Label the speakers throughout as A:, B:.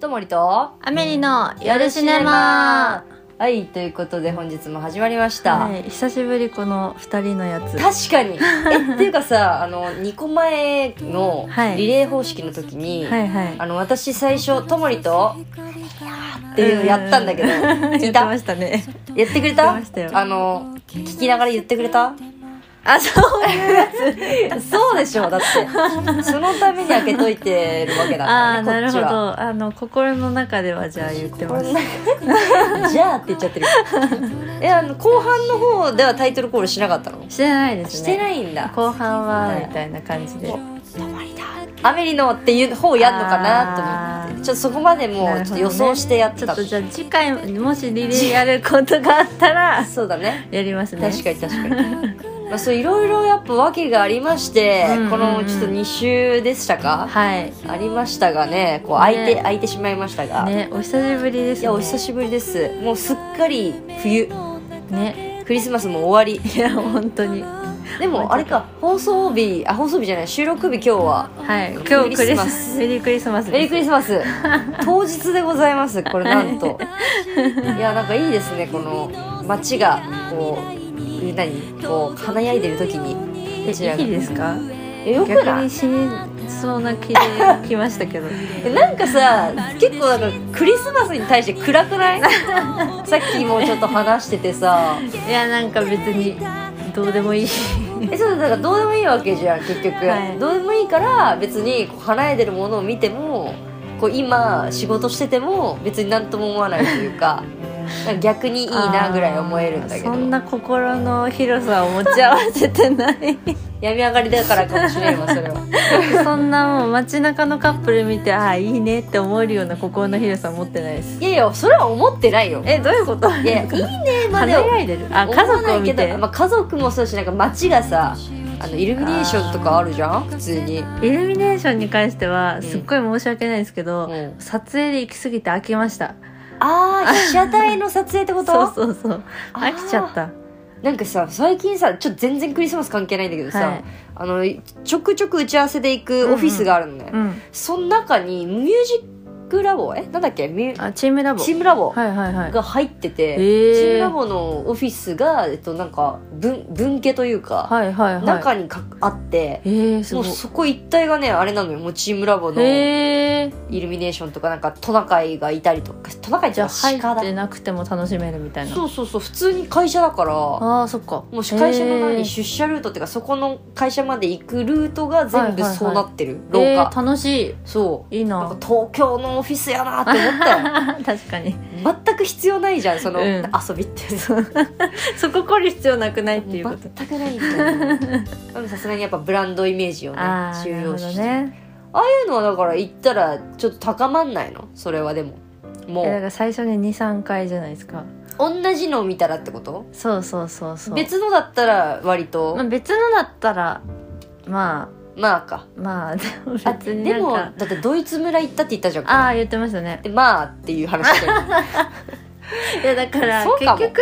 A: ともりと
B: アメリの夜シネマ
A: はいということで本日も始まりました、
B: はい、久しぶりこの二人のやつ
A: 確か にえっていうかさあの2個前の
B: はい
A: リレー方式の時に、
B: はいはい
A: あの私最初ともりとっていうのやったんだ けど聞
B: 言
A: い
B: って
A: た
B: ましたね
A: やってくれ
B: や
A: た
B: ってましたよ
A: あの聞きながら言ってくれた
B: あそう
A: そうでしょうだってそのために開けといてるわけだ
B: あ
A: か
B: あ
A: らね
B: な
A: こっ
B: るほ
A: ちは。
B: どあの心の中ではじゃあ言ってま
A: こ
B: す
A: んなじゃあって言っちゃってるえあの後半の方ではタイトルコールしなかったの
B: してないですね
A: してないんだ
B: 後半は
A: はい
B: みたいな感じで
A: アメリのっていう方やんのかなと思って
B: あー
A: ちょっとそこまでもうちょっと予想してやって
B: ちょ
A: た、
B: っとじゃあ次回もしリレーやることがあっ たら
A: そうだね
B: やりますね
A: 確かに確かにまあそういろいろやっぱ訳がありまして、
B: うんうんうん
A: このちょっと2週でしたか、
B: はい
A: ありましたがねこう空いて、
B: ね
A: 空いてしまいましたが、
B: ねお久しぶりですね
A: いやお久しぶりですもうすっかり冬
B: ね
A: クリスマスも終わ
B: いや本当に
A: りでもあれか放送日あ放送日じゃない収録日今日は
B: はい今日クリスマス
A: ク
B: メリークリスマスです
A: メリークリスマス 当日でございますこれなんと、い、やなんかいいですねこの街がこう何こう華やいでる時 にこちら
B: え
A: が
B: いいですか
A: えよく
B: 逆
A: ない
B: に死にそうな気で来ましたけど
A: えなんかさ結構なんかクリスマスに対して暗く ないさっきもちょっと話しててさ
B: いやなんか別にどうでもいい
A: えそうだからどうでもいいわけじゃん結局、
B: はい
A: どうでもいいから別にこう離れてるものを見てもこう今仕事してても別になんとも思わないという かなんか逆にいいなぐらい思えるんだけど
B: あーそんな心の広さを持ち合わせてない
A: 病み上がりだからかもしれんわそれは
B: そんなもう街中のカップル見てああいいねって思えるような心の広さ持ってないです
A: いやいやそれは思ってないよ
B: えどういうこと
A: いやいいねまで
B: 華
A: は
B: やいでるあ家
A: 思わ
B: 族
A: な
B: を
A: いけ
B: 見て
A: ど、まあ、家族もそうしなんか街がさあのイルミネーションとかあるじゃん普通に、
B: イルミネーションに関しては
A: ん
B: すっごい申し訳ないですけど、
A: うん
B: 撮影で行き過ぎて飽きました
A: ああ被写体の撮影ってこと
B: そうそうそう
A: あ
B: 飽
A: ー
B: きちゃった
A: なんかさ最近さちょっと全然クリスマス関係ないんだけどさ、
B: はい
A: あのちょくちょく打ち合わせで行くオフィスがあるのね、
B: うん
A: その中にミュージックラボえなんだっけミュ
B: あチームラボ
A: チームラボ
B: はいはいはい
A: が入ってて、
B: へー
A: チームラボのオフィスが、えっと、なんか分分家というか、
B: はいはいはい
A: 中にかあって
B: えー、す
A: も
B: ご
A: う
B: い
A: そこ一帯がねあれなのよもうチームラボのイ
B: へえ
A: ルミネーションとかなんかトナカイがいたりとかトナカイって
B: じ
A: い
B: ゃ
A: う
B: あ
A: か
B: 入
A: 鹿
B: ってなくても楽しめるみたい
A: だ
B: な
A: そうそうそう普通に会社だから
B: あーそっか
A: もう会社の
B: へ
A: 何
B: ー
A: 出社ルートっていうかそこの会社まで行くルートが全部
B: はいはいはい
A: そうなってる、
B: え
A: 廊下、
B: ー、楽し
A: そう
B: いいい
A: なんか
B: な
A: 東京のオフィスやなって思ったよ
B: 確かに
A: 全く必要ないじゃんその、
B: うん
A: 遊びって
B: そうそこ来る必要なくないっていうこと
A: 全くないんだ よでもさすがにやっぱブランドイメージをね
B: ああ
A: 収
B: なるほ
A: 容
B: ど
A: して、
B: ね
A: そういうのはだから行ったらちょっと高まんないのそれはでもも
B: えだか
A: う
B: ら最初に23回じゃないですか
A: 同じのを見たらってこと
B: そうそうそうそう、
A: 別のだったら割と
B: まあ、別のだったらま
A: まあか
B: あまあでも
A: あ
B: 別に
A: で
B: なん
A: も
B: か
A: だってドイツ村行ったって言ったじゃん
B: ああ言ってましたね
A: でまあっていう話 だよね
B: いやだから
A: そう
B: 結
A: かも
B: 局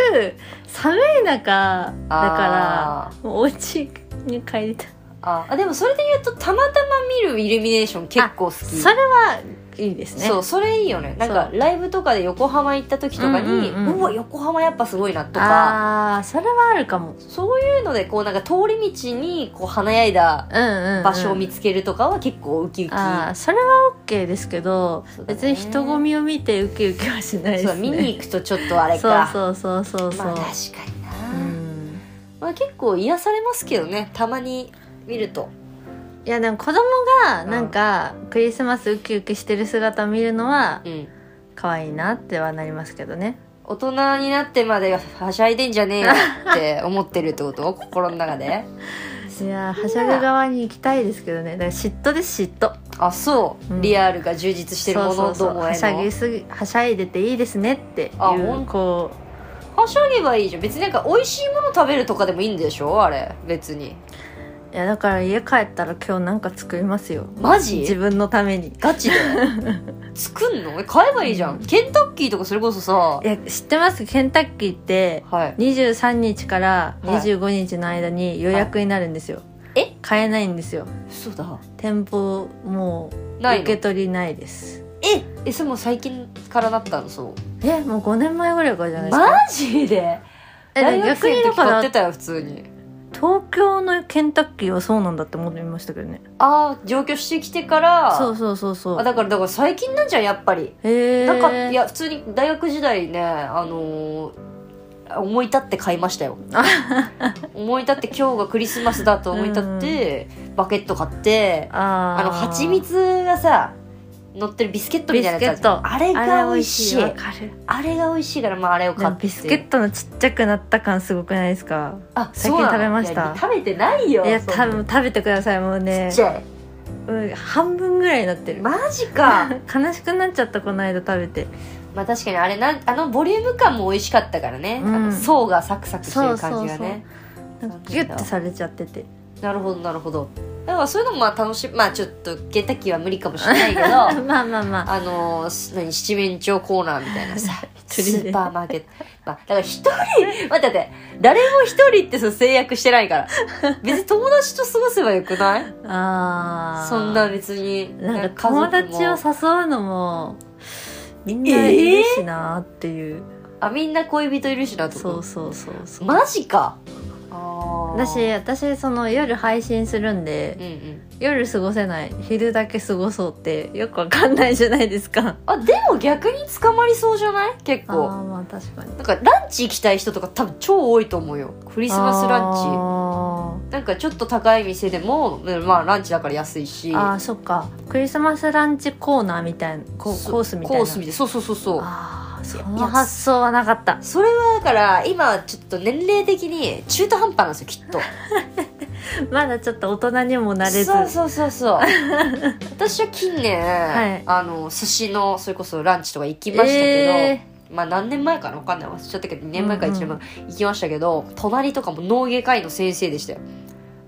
B: 寒い中だ
A: あ
B: からもうお家に帰りたい
A: ああでもそれで言うとたまたま見るイルミネーション結構好き
B: それはいいですね
A: そうそれいいよねなんかライブとかで横浜行った時とかに、う
B: うんうんうん
A: わ横浜やっぱすごいなとか
B: ああーそれはあるかも
A: そういうのでこうなんか通り道にこう華やいだ
B: うんうん、
A: 場所を見つけるとかは結構ウキウキ、
B: ああそれは OK ですけど、
A: そうだね
B: 別に人混みを見てウキウキはしないですね
A: そう見に行くとちょっとあれ
B: そう
A: か
B: そうそうそうそう、
A: まあ確かにな、
B: うん
A: まあ、結構癒されますけどねたまに見ると
B: いやでも子供がなんかクリスマスウキウキしてる姿見るのは
A: うん
B: 可愛いなってはなりますけどね
A: 大人になってまではしゃいでんじゃねえよって思ってるってこと心の中で
B: いやーはしゃぐ側に行きたいですけどねだから嫉妬です嫉妬
A: あそう、
B: うん
A: リアルが充実してるも
B: そ
A: の
B: うそう
A: ど
B: そう
A: もへ
B: は
A: の
B: しゃぎすぎはしゃいでていいですねってい
A: あほ
B: うんこ
A: はしゃげばいいじゃん別になんか美味しいもの食べるとかでもいいんでしょあれ別に
B: ういやだから家帰ったら今日なんか作りますよ
A: マ
B: 自
A: ジ
B: 分のために
A: ガ チで作んのえ買えばいいじゃんケンタッキーとかそれこそさ
B: いや知ってますケンタッキーって
A: はい
B: 23日から25日の間に予約になるんですよ、
A: はいえ
B: 買えないんですよ
A: 嘘だも
B: 店舗もう
A: ないの
B: 受け取りないです
A: ええそれもう最近からだったのそう
B: えもう5年前ぐらいからじゃないです
A: マ
B: か、
A: ジで
B: え
A: 大学生の時買って
B: 逆にだから
A: たよ普通に
B: 東京のケンタッキーはそうなんだって思ってましたけどね
A: ああ上京してきてから
B: そうそうそうそ
A: あ
B: う
A: だからだから最近なんじゃんやっぱり
B: へえ
A: なんかいや普通に大学時代ねあのー思い立って買いま したよ思い立って今日がクリスマスだと思い立って、バケット買って
B: あ
A: あの蜂蜜がさ乗ってるビスケットみたいなやつある
B: ビ
A: じ
B: スケット
A: ゃんあれが美味しいあ
B: わ
A: れ
B: かる
A: が美味しいからまああれを
B: で
A: 買っ
B: も
A: て
B: ビスケットのちっちゃくなった感すごくないですか
A: あ
B: 最
A: そ
B: 近
A: うなの
B: 食べました
A: いや食べてないよ
B: いや
A: そんな
B: 多分食べてくださいもう
A: ち
B: ね
A: っちゃい
B: うん半分ぐらいになってる、
A: マジか
B: 悲しくなっちゃったこの間食べて
A: まあ確かにあれなあのボリューム感も美味しかったからね、
B: うん
A: あの層がサクサクしてる感じがね
B: なんかギュッてされちゃっ てて
A: なるほどなるほどだからそういうのもまあ楽しいまあちょっとケンタッキーは無理かもしれないけど
B: まあ まあまあ
A: あのー何七面鳥コーナーみたいなさス
B: 一人で
A: ーパーマーケット、まあ、だから一人待って待って誰も一人ってその制約してないから別に友達と過ごせばよくない
B: あー
A: そんな別に
B: なんか友
A: 家族
B: 達を
A: も
B: 誘うのもみんないるしなーっていう、
A: あみんな恋人いるしなと
B: そう
A: か
B: そうそうそう
A: マジかあー
B: だし私その夜配信するんで
A: うんうん
B: 夜過ごせない昼だけ過ごそうってよくわかんないじゃないです か
A: あでも逆に捕まりそうじゃない結
B: あ
A: 構
B: ーまあ確かに
A: なんかランチ行きたい人とか多分超多いと思うよクリスマスラン
B: ン
A: チなんかちょっと高い店でもうんまあランチだから安いし
B: あーそっかクリスマスランチコーナーみたいなコ
A: そ
B: コースみたいな
A: コースみたいなそうそうそうそう
B: ああそ
A: い
B: の
A: や
B: 発想はなかった
A: それはだから今はちょっと年齢的に中途半端なんですよきっと
B: まだちょっと大人に もなれず
A: そうそうそうそう 私は近年、
B: はい
A: あの寿司のそれこそランチとか行きましたけど、
B: え
A: まあ何年前かな分かんない忘れちゃったけど2年前か1年前行きましたけど、隣とかも脳外科医の先生でしたよ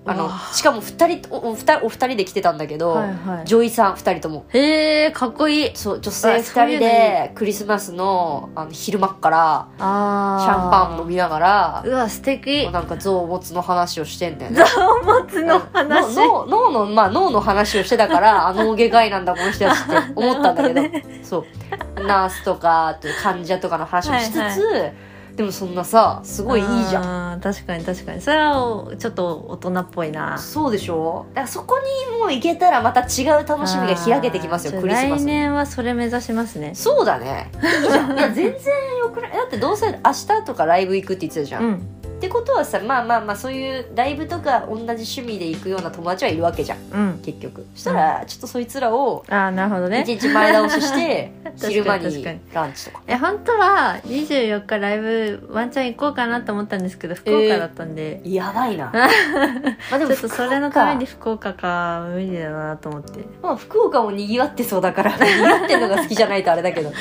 A: あ
B: う
A: の
B: わ
A: しかも2人とおお二人お二人で来てたんだけ
B: ー
A: ど、
B: はいはい
A: 女医さん2人とも
B: へえかっこいい
A: そう女性2
B: あそうい
A: 人
B: うのい
A: でクリスマスのあの昼間っから
B: あ
A: シ
B: あ
A: ャンパン飲みながら
B: うわ素敵
A: なんか象持つの話をしてんだよね
B: 臓を持つの話
A: 脳脳の、まあ、脳の話をしてた から、あ脳外科医なんだ、この人たちって思ったんだけ ど、
B: なる ほ
A: そう。ナースとか、あと患者とかの話をしつつ、でもそんなさ、すごいいいじゃん。
B: ゃん確かに確かにそれはちょっと大人っぽいな
A: そうでしょだからそこにもう行けたらまた違う楽しみが開けてきます
B: あ
A: よ、
B: ー
A: クリスマ
B: 来
A: スの。
B: 年はそれ目指しますね
A: そうだね。いいじゃん。いや、全然よくない。だってどうせ明日とかライブ行くって言ってたじゃん。
B: う
A: っ
B: ん
A: てことはさ、まあまあまあ、そういうライブとか同じ趣味で行くような友達はいるわけじゃん。
B: うん
A: 結局そしたらちょっとそいつらを
B: ああなるほどね
A: 一日前倒しして
B: かに
A: 昼間
B: 確
A: に
B: かに
A: ランチとか
B: え本当は24日ライブワンチャン行こうかなと思ったんですけど福岡だったんで、
A: やば いなまあでも
B: ちょっとそれのために
A: 福
B: 福岡か無理だなと思って
A: 岡,、まあ、福岡もにぎわってそうだ からにぎわってんのが好きじゃないとあれだけど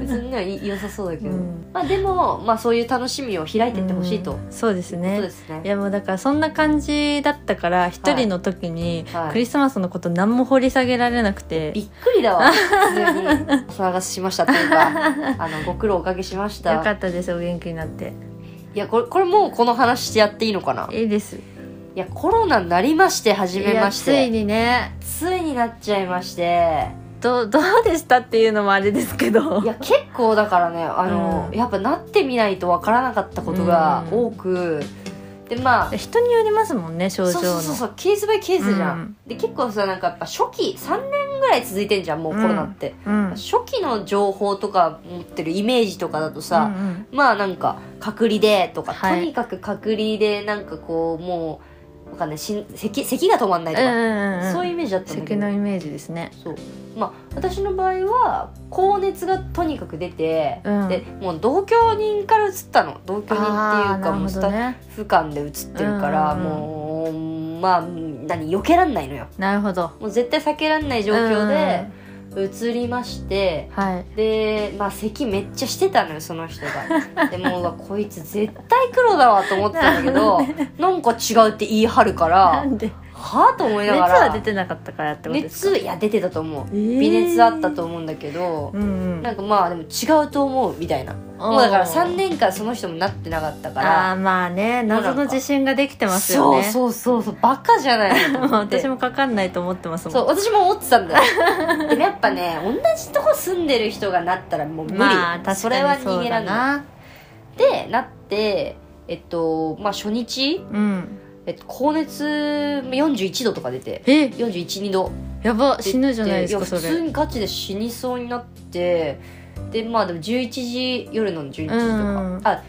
A: 別にねい良さそうだけど、
B: うん
A: まあでも、まあ、そういう楽しみを開いてってほしいと、
B: うんそうです
A: そう
B: ね
A: ですね
B: いやもうだからそんな感じだったから一人の時に
A: はい
B: クリスマスのこと何も掘り下げられなくて、
A: びっくり だわ普通にお騒がせしましたというかあのご苦労おかけしました
B: よかったですお元気になって
A: いやこれこれもうこの話してやっていいのかない
B: いです
A: いやコロナになりまして始めまして
B: いやついにね
A: ついになっちゃいま して
B: どうどうでしたっていうのもあれですけど
A: いや結構だからねあの、
B: うん
A: やっぱなってみないとわからなかったことが多く、でまあ
B: 人によりますもんね症
A: そう
B: 状
A: そ
B: の
A: うそうそうケースバイケースじゃん、
B: うん
A: で結構さなんかやっぱ初期3年ぐらい続いてんじゃんもうコロナって、
B: うん
A: 初期の情報とか持ってるイメージとかだとさ、
B: うんうん
A: まあなんか隔離でとか、
B: はい
A: とにかく隔離でなんかこうもうわかんないしん咳咳が止まんないと
B: うん
A: か、
B: うんうん
A: そういうイメージだったんだけ
B: 酒
A: ど
B: のイメージですね
A: そうまあ私の場合は高熱がとにかく出て、
B: うん
A: でもう同居人から移ったの同居人っていうか
B: あー
A: もうスタ
B: なるほど
A: ッ
B: ね
A: フ間で移ってるから、
B: うんうん
A: もうまあ何避けらんないのよ
B: なるほど
A: もう絶対避けらんない状況で移りまして、
B: はい
A: でまあ咳めっちゃしてたのよその人 がでもううわこいつ絶対黒だわと思ってたんだけどなんか違うって言い張るから
B: なんで
A: はあと思い
B: 熱
A: ながら
B: は出てなかったからってことですか
A: 熱いや出てたと思う
B: えー
A: 微熱あったと思うんだけど、
B: うんうん
A: なんかまあでも違うと思うみたいなもうだから3年間その人もなってなかったか
B: ああ
A: ら
B: ーまあね謎の自信ができてますよ
A: そう
B: ね
A: そうそうそうバカじゃないの
B: 私もかかんないと思ってますも
A: そ
B: ん
A: う私も思ってたんだよでもやっぱね同じとこ住んでる人がなったらもう無理、
B: まあ確かに
A: それは逃
B: そう
A: げら
B: だ
A: んない
B: な
A: でなってえっとまあ初日、
B: うん
A: えっと、高熱41度とか出て
B: え
A: 412度
B: やば死ぬじゃないですか
A: で
B: そ
A: や普通
B: れ
A: にガチで死にそうになってでまあでも11時夜の11時とか、
B: うん
A: あ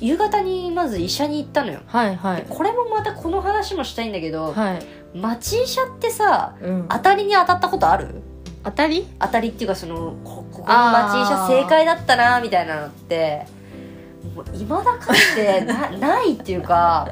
A: 夕方にまず医者に行ったのよ
B: はいはい
A: これもまたこの話もしたいんだけど、
B: はい、
A: 町医者ってさ
B: うん、
A: 当たりに当たったことある
B: 当たり
A: 当たりっていうかそのこここの
B: あ
A: 町
B: ー
A: 医者正解だったなみたいなのっていまだかつて なないっていうか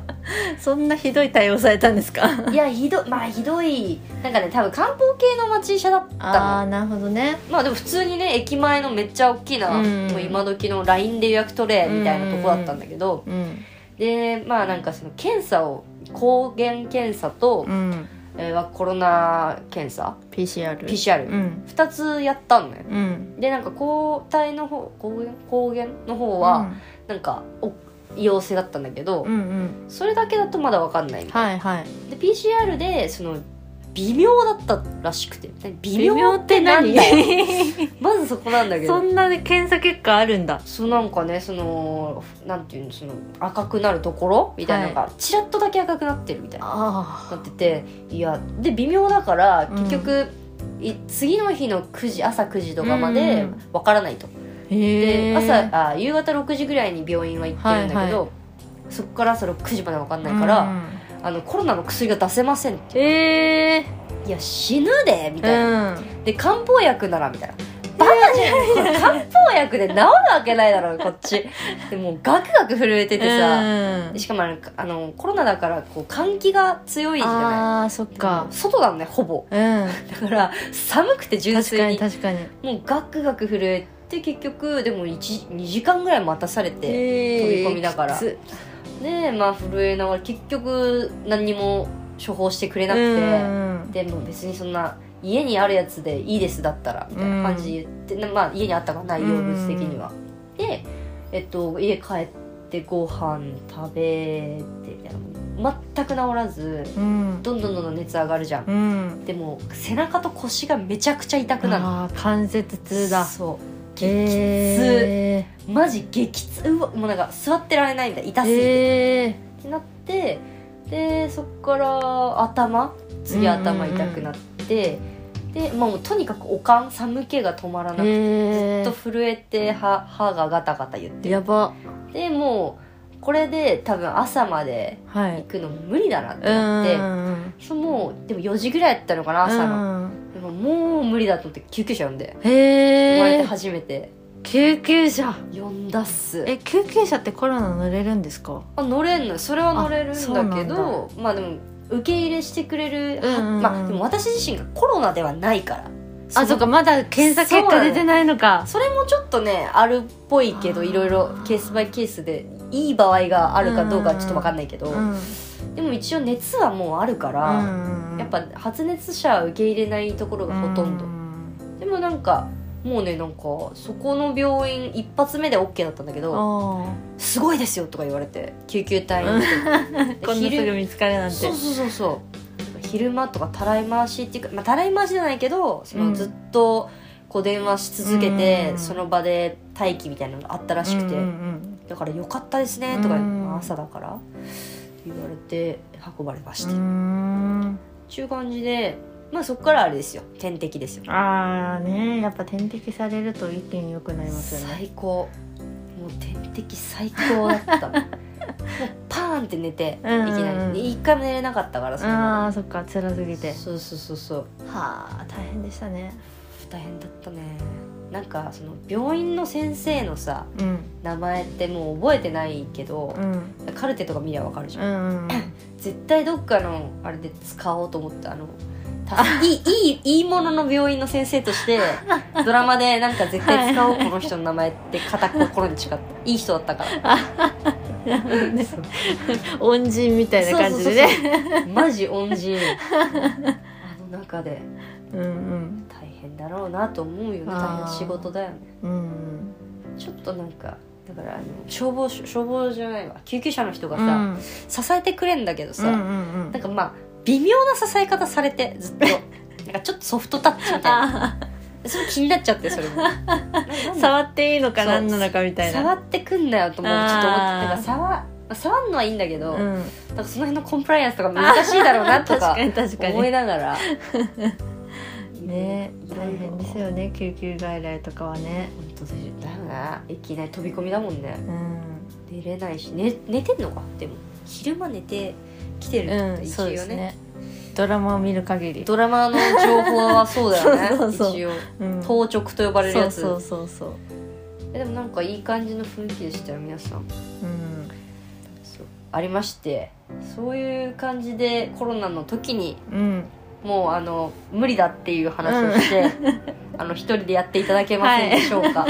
B: そんなひどい対応されたんですか
A: いやひどいまあひどいなんかね多分漢方系の町医者だったの
B: ああーなるほどね
A: まあでも普通にね駅前のめっちゃ大きな、
B: うん
A: もう今時の LINE で予約取れみたいなとこだったんだけど、
B: うん
A: でまあなんかその検査を抗原検査と、
B: うん
A: えーはコロナ検査
B: PCR
A: PCR、
B: うん
A: 2つやったのよ
B: うん
A: でなんか抗体の方抗原抗原の方はなんか、お陽性だったんだけど、
B: うんうんうん
A: それだけだとまだ分かんないみたい
B: はいはい
A: で PCR でその微妙だったらしくて微
B: 微妙
A: 妙
B: って
A: なん
B: 何
A: だ よまずそこなんだけど
B: そんな検査結果あるんだ
A: そうなんかねそのなんていうのその赤くなるところみたいなのが、ちらっとだけ赤くなってるみたいな
B: あ
A: なってていやで微妙だから
B: うん
A: 結局、い次の日の9時朝9時とかま
B: う
A: で
B: ん
A: わからないと、
B: へ
A: で
B: え
A: 朝あ夕方6時ぐらいに病院は行ってるんだけど、
B: はい
A: そこから朝6時までわかんないから、あのコロナの薬が出せません
B: うんええ
A: いや死ぬでみたいな、
B: うん
A: で漢方薬ならみたいなバカじゃん、これ漢方薬で治るわけないだろこっちでもうガクガク震えててさ、
B: うん
A: しかもあのあのコロナだからこう換気が強いじゃない
B: あーそっか
A: 外だねほぼ
B: うん
A: だから寒くて純
B: 確か
A: 粋
B: に
A: に
B: 確かに
A: もうガクガク震えて結局でも一2時間ぐらい待たされて、
B: え
A: 飛び込みだから
B: きつ
A: でまあ震えながら結局何にも処方してくれな
B: う
A: くて、
B: ん
A: でも別にそんな家にあるやつでいいですだったらみたいな感じで言って、なまあ、家にあったから内容物的には、で、えっと、家帰ってご飯食べて全く治らず
B: うん
A: どんどんどんどん熱上がるじゃん、
B: うん
A: でも背中と腰がめちゃくちゃ痛くなる
B: あー関節痛だ
A: そう激痛、
B: え
A: マジ激痛うわもうなんか座ってられないんだ痛
B: ー
A: すぎて、
B: え
A: ってなってでそっから頭次頭痛くなって、で、まあ、もうとにかくおかん寒気が止まらな
B: ー
A: くて、
B: え
A: ずっと震えて歯歯がガタガタ言って
B: ーやば
A: でもうこれで多分朝まで
B: は
A: 行
B: い
A: くの無理だなって
B: う
A: なって、
B: ん
A: そうもうでも4時ぐらいやったのかな朝の、
B: の
A: でももう無理だと思って救急車呼んで生まれ
B: へ
A: て
B: え
A: 初めて
B: 救急車
A: 呼んだっす
B: え救急車ってコロナ乗れるんですか
A: あ乗れんのそれは乗れる
B: あ
A: ん
B: そうな
A: だ
B: んだ
A: けどまあでも受け入れしてくれる、
B: うんうんうん
A: まあでも私自身がコロナではないから
B: あそっかまだ検査結果出てないのか
A: それもちょっとねあるっぽいけど
B: あー
A: いろいろケースバイケースでいい場合があるかどうかはちょっと分かんないけど、
B: うん
A: でも一応熱はもうあるか
B: う
A: ら、
B: んうん
A: やっぱ発熱者は受け入れないところがほとんど、
B: うん
A: でもなんかもうねなんかそこの病院一発目で OK だったんだけど
B: あ
A: 「すごいですよ」とか言われて救急隊の人に
B: ーこんなすぐ見つかるなんて
A: そうそうそうそう昼間とかたらい回しっていうか、まあ、たらい回しじゃないけどそのずっとこう電話し続けて、
B: うん
A: その場で待機みたいなのがあったらしくて、
B: うんうん
A: だから「よかったですね」とか、
B: うん
A: まあ朝だから言われて運ばれまし
B: う
A: た、
B: んう
A: っ
B: ん
A: ていう感じでまあそこからあれですよ点滴ですよ
B: ああねやっぱ点滴されると一気に良くなりますよね
A: 最高もう点滴最高だった もうパーンって寝ていき
B: うんうんうん
A: なりで一回も寝れなかったからその
B: あ
A: ま
B: あそっか辛すぎ
A: ま
B: て
A: そうそうそうそう
B: はあ大変でしたね
A: 大変だったねなんかその病院の先生のさ
B: うん
A: 名前ってもう覚えてないけど
B: う、ん
A: カルテとか見りゃわかるじ
B: う
A: ゃん、
B: んうん
A: 絶対どっかのあれで使おうと思ってあのたいいいいいいものの病院の先生と してドラマでなんか絶対使おうこの人の名前って固く心に誓ったいい人だったから
B: 恩人みたいな感じで
A: そう
B: ね
A: そうそうマジ恩人あの中で
B: うん
A: 大変だろうなと思うよね
B: あ
A: 大変な
B: ー
A: 仕事だよね
B: うんうん
A: ちょっとなんかだからあの消防署消防じゃないわ救急車の人が
B: う
A: さ、
B: ん
A: 支えてくれんだけどさ、
B: うんうんうん
A: なんかまあ微妙な支え方されてずっ となんかちょっとソフトタッチみたい
B: あー
A: なそれ気になっちゃってそれ もなんなんだ
B: 触っていいのか
A: そう
B: 何なのかみたいな
A: 触ってくんなよともちょっと思って
B: あー
A: なんか触触んのはいいんだけど、
B: う
A: なん
B: ん
A: かその辺のコンプライアンスとか難しいだろうなと
B: 確
A: か
B: かに 確か
A: 思い
B: に
A: ながら
B: ね
A: いろい
B: 大
A: ろ
B: 変ですよね救急外来とかはね
A: 本当だよな駅きなり飛び込みだもんね
B: うん
A: 寝れないし寝寝てんのかでも昼間寝て来てる
B: う
A: って
B: ん
A: 一
B: そう
A: 応
B: です
A: ね,、
B: ねドラマを見る限り
A: ドラマの情報はそうだよね
B: そうそうそう
A: 一応
B: うん
A: 当直と呼ばれるやつ
B: そうそうそうそう
A: えでもなんかいい感じの雰囲気でしたよ皆さん
B: うん
A: そうありましてそういう感じでコロナの時に
B: うん
A: もうあの無理だっていう話をして、あの一人でやっていただけませんでしょうか、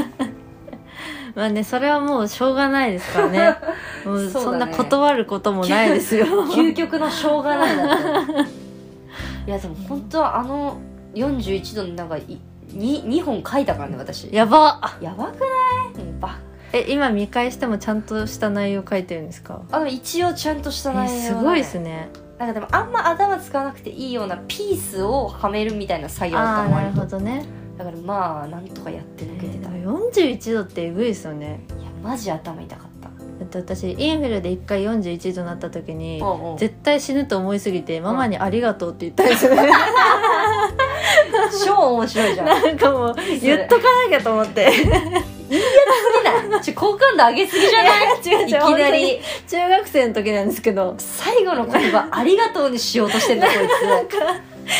B: まあねそれはもうしょうがないですから ねもう
A: そ
B: そ
A: うんだ
B: な
A: ね
B: 断ることもない で すよ
A: 究極のしょうがない だったよいやでも本当はあの41度のなんかいに 2, 本書いたからね私や
B: やば
A: ばくないもうば
B: え今見返してもちゃんとした内容書いてるんですか
A: あの一応ちゃんとした
B: え
A: 内容、
B: すごいです
A: ね
B: ね
A: なんかでもあんま頭使わなくていいようなピースをはめるみたいな作業だ
B: あ
A: っ
B: あ
A: たの
B: なるほどね、
A: だからまあなんとかやって
B: え
A: 抜けて
B: ー、で
A: た、
B: も41度ってえぐいですよね
A: いやマジ頭痛かった
B: だって私インフルで1回41度なった時に
A: おうおう
B: 絶対死ぬと思いすぎてママに「ありがとう」って言ったん ですよね
A: 超面白いじゃん
B: なんかもう言っとかなきゃと思って
A: 見ないちょ好感度上げすぎじゃない
B: 違う違う
A: いきな
B: 本当に
A: り
B: 中学生の時なんですけど
A: 最後の言葉「ありがとう」にしようと してんだこい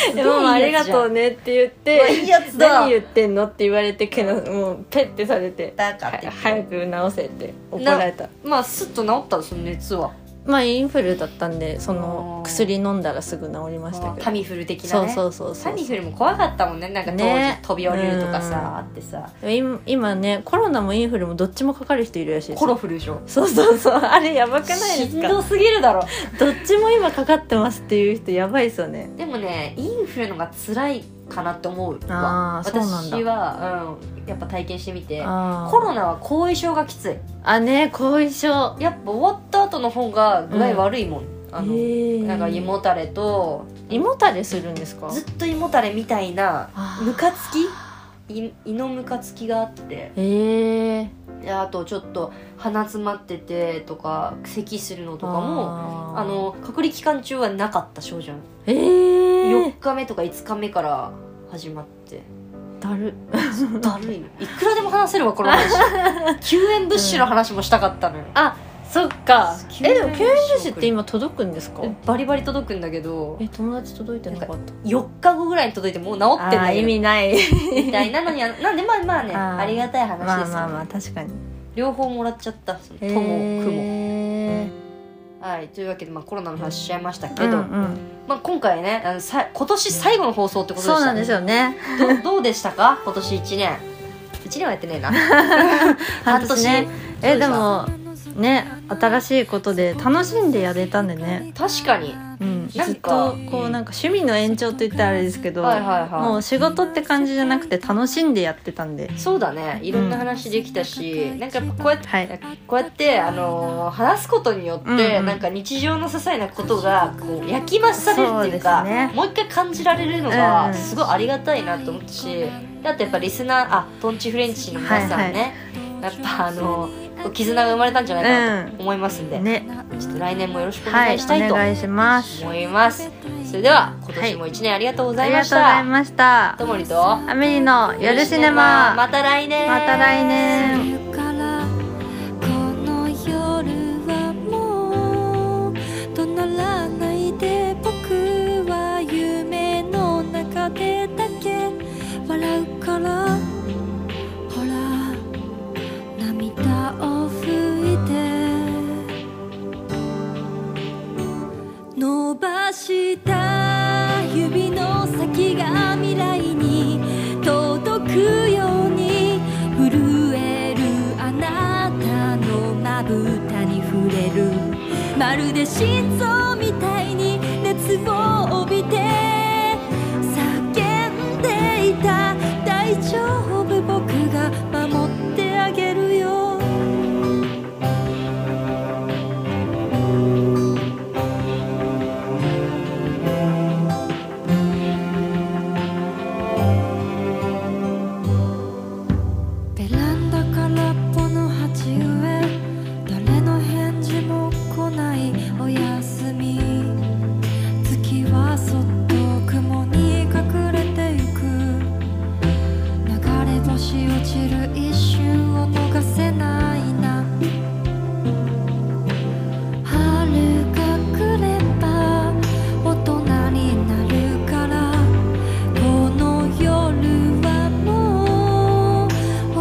A: つ
B: 「 でママありがとう
A: う
B: ね」って言っ
A: うわ
B: て
A: いいやつだ
B: 何言ってんの?」って言われてけどもうペッてされて
A: だか
B: は
A: って言って
B: 早く直せって怒られた
A: まあすっと治ったのその熱は
B: まあインフルだったんでその
A: あー
B: 薬飲んだらすぐ治りましたけど
A: タミフル的な
B: そう
A: ね
B: そうそうそ
A: タ
B: う
A: ミフルも怖かったもんねなんか当時、
B: ね
A: 飛び降りるとか
B: うん
A: さあってさ
B: 今今ねコロナもインフルもどっちもかかる人いるらしいです
A: コロフルでしょ
B: そうそうそうあれやばくないで
A: し
B: す
A: ん
B: か
A: どすぎるだろ
B: どっちも今かかってますっていう人やばいですよね
A: でもねインフルのが辛いかなって思うわ
B: あーそうなんだ
A: 私は、うん、やっぱ体験してみて
B: あー
A: コロナは後遺症がきつい
B: あね後遺症
A: やっぱ終わった後の方が具合悪いもん、あの、なんか胃
B: 芋
A: もたれと
B: 胃もたれするんですか
A: ずっと胃もたれみたいな
B: あー
A: ムカつき胃胃のムカつきがあって
B: ええ
A: であとちょっと鼻詰まっててとか咳するのとかも
B: も
A: あの隔離期間中はなかった症状
B: ええ
A: 4日目とか5日目から始まって
B: だる
A: だるいのいくらでも話せるわ この話救援物資の話もしたかったのよ、
B: そっか
A: 救援
B: えでも救援物資っ
A: 食
B: て今届くんですか
A: バリバリ届くんだけど
B: え友達届いてなかった
A: 4日後ぐらいに届いてもう治って
B: あ
A: な
B: ー
A: い
B: 意味ない
A: みたいなの にはなんでまあまあね
B: あー
A: ありがたい話ですよ、
B: まあまあまあ 確かに
A: 両方もらっちゃったその
B: え
A: ともくも
B: え
A: はいというわけで、まあ、コロナの話しちゃいましたけ
B: け
A: ど、
B: ど、うん
A: まあ、今回ねあのさ今年最後の放送って
B: うん、
A: ことでした
B: そうなんですよね
A: どどう でしたか今年1年1年はやって ねえな半年
B: ねえでも
A: ど
B: ね新しいことで楽しんでやれたんでね、
A: 確かに
B: うん、ず
A: な
B: っ
A: んか
B: とこうなんか趣味の延長といったらあれですけど、
A: はいはいはい
B: もう仕事って感じじゃなくて楽しんでやってたんで
A: そうだねいろんな話できたし、なんかやっぱこうやって
B: はい
A: こうやって、あのー話すことによって、
B: うんうん
A: なんか日常の些細なことがこう焼き増しされるっていうか
B: そうですね
A: もう一回感じられるの
B: う
A: が
B: ん
A: すごいありがたいなと思ったし、であとやっぱリスナーあトンチフレンチの皆さんね、やっぱあのー絆が生まれたんじゃないかなと思いますんで、
B: ね
A: ちょっと来年もよろしくお
B: は
A: 願
B: い
A: いしたいと
B: お願いします
A: 思います、それでは今年も一年ありがとうご
B: あ
A: ざい
B: り
A: ま
B: が
A: し
B: とうござ
A: た
B: いました
A: ともりと
B: アメリの夜シネマま
A: また来年
B: た来年
C: からこの夜はもう怒鳴らないで僕は夢の中でだけ笑うからほら涙を拭いて伸ばした指の先が未来に届くように震えるあなたのまぶたに触溢れるまるで心臓みたいに熱を帯びて叫んでいた大丈夫僕が守ってあげるよベランダからっぽの鉢植え誰の返事も来ないおやすみ月はそっと雲に隠れてゆく流れ星落ちる一瞬を逃せないな春が来れば大人になるからこの夜はもう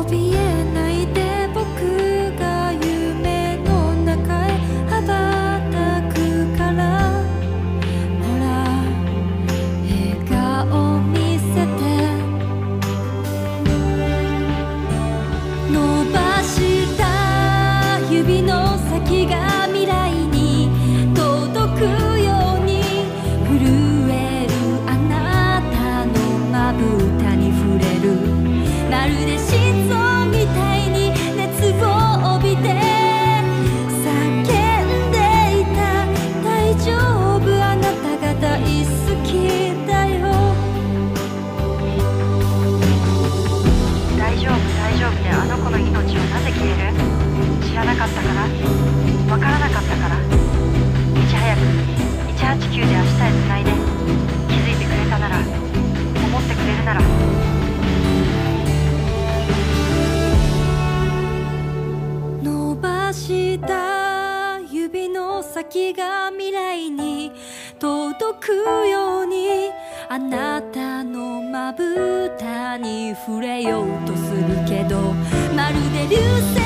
C: 怯えないで僕が夢の中へ羽ばたくからほら笑顔見せて伸ばした指の先が未来に届くように震えるあなたのまぶたに触れるまるで心臓みたいに熱を帯びて叫んでいた大丈夫あなたが大好きだよ
D: 大丈夫大丈夫であの子の命はなぜ消える知らなかったからわからなかったからいち早く189で明日へつないで気づいてくれたなら思ってくれるなら
C: 伸ばした指の先が未来に届くようにあなたのまぶたに触れようとするけどまるで流星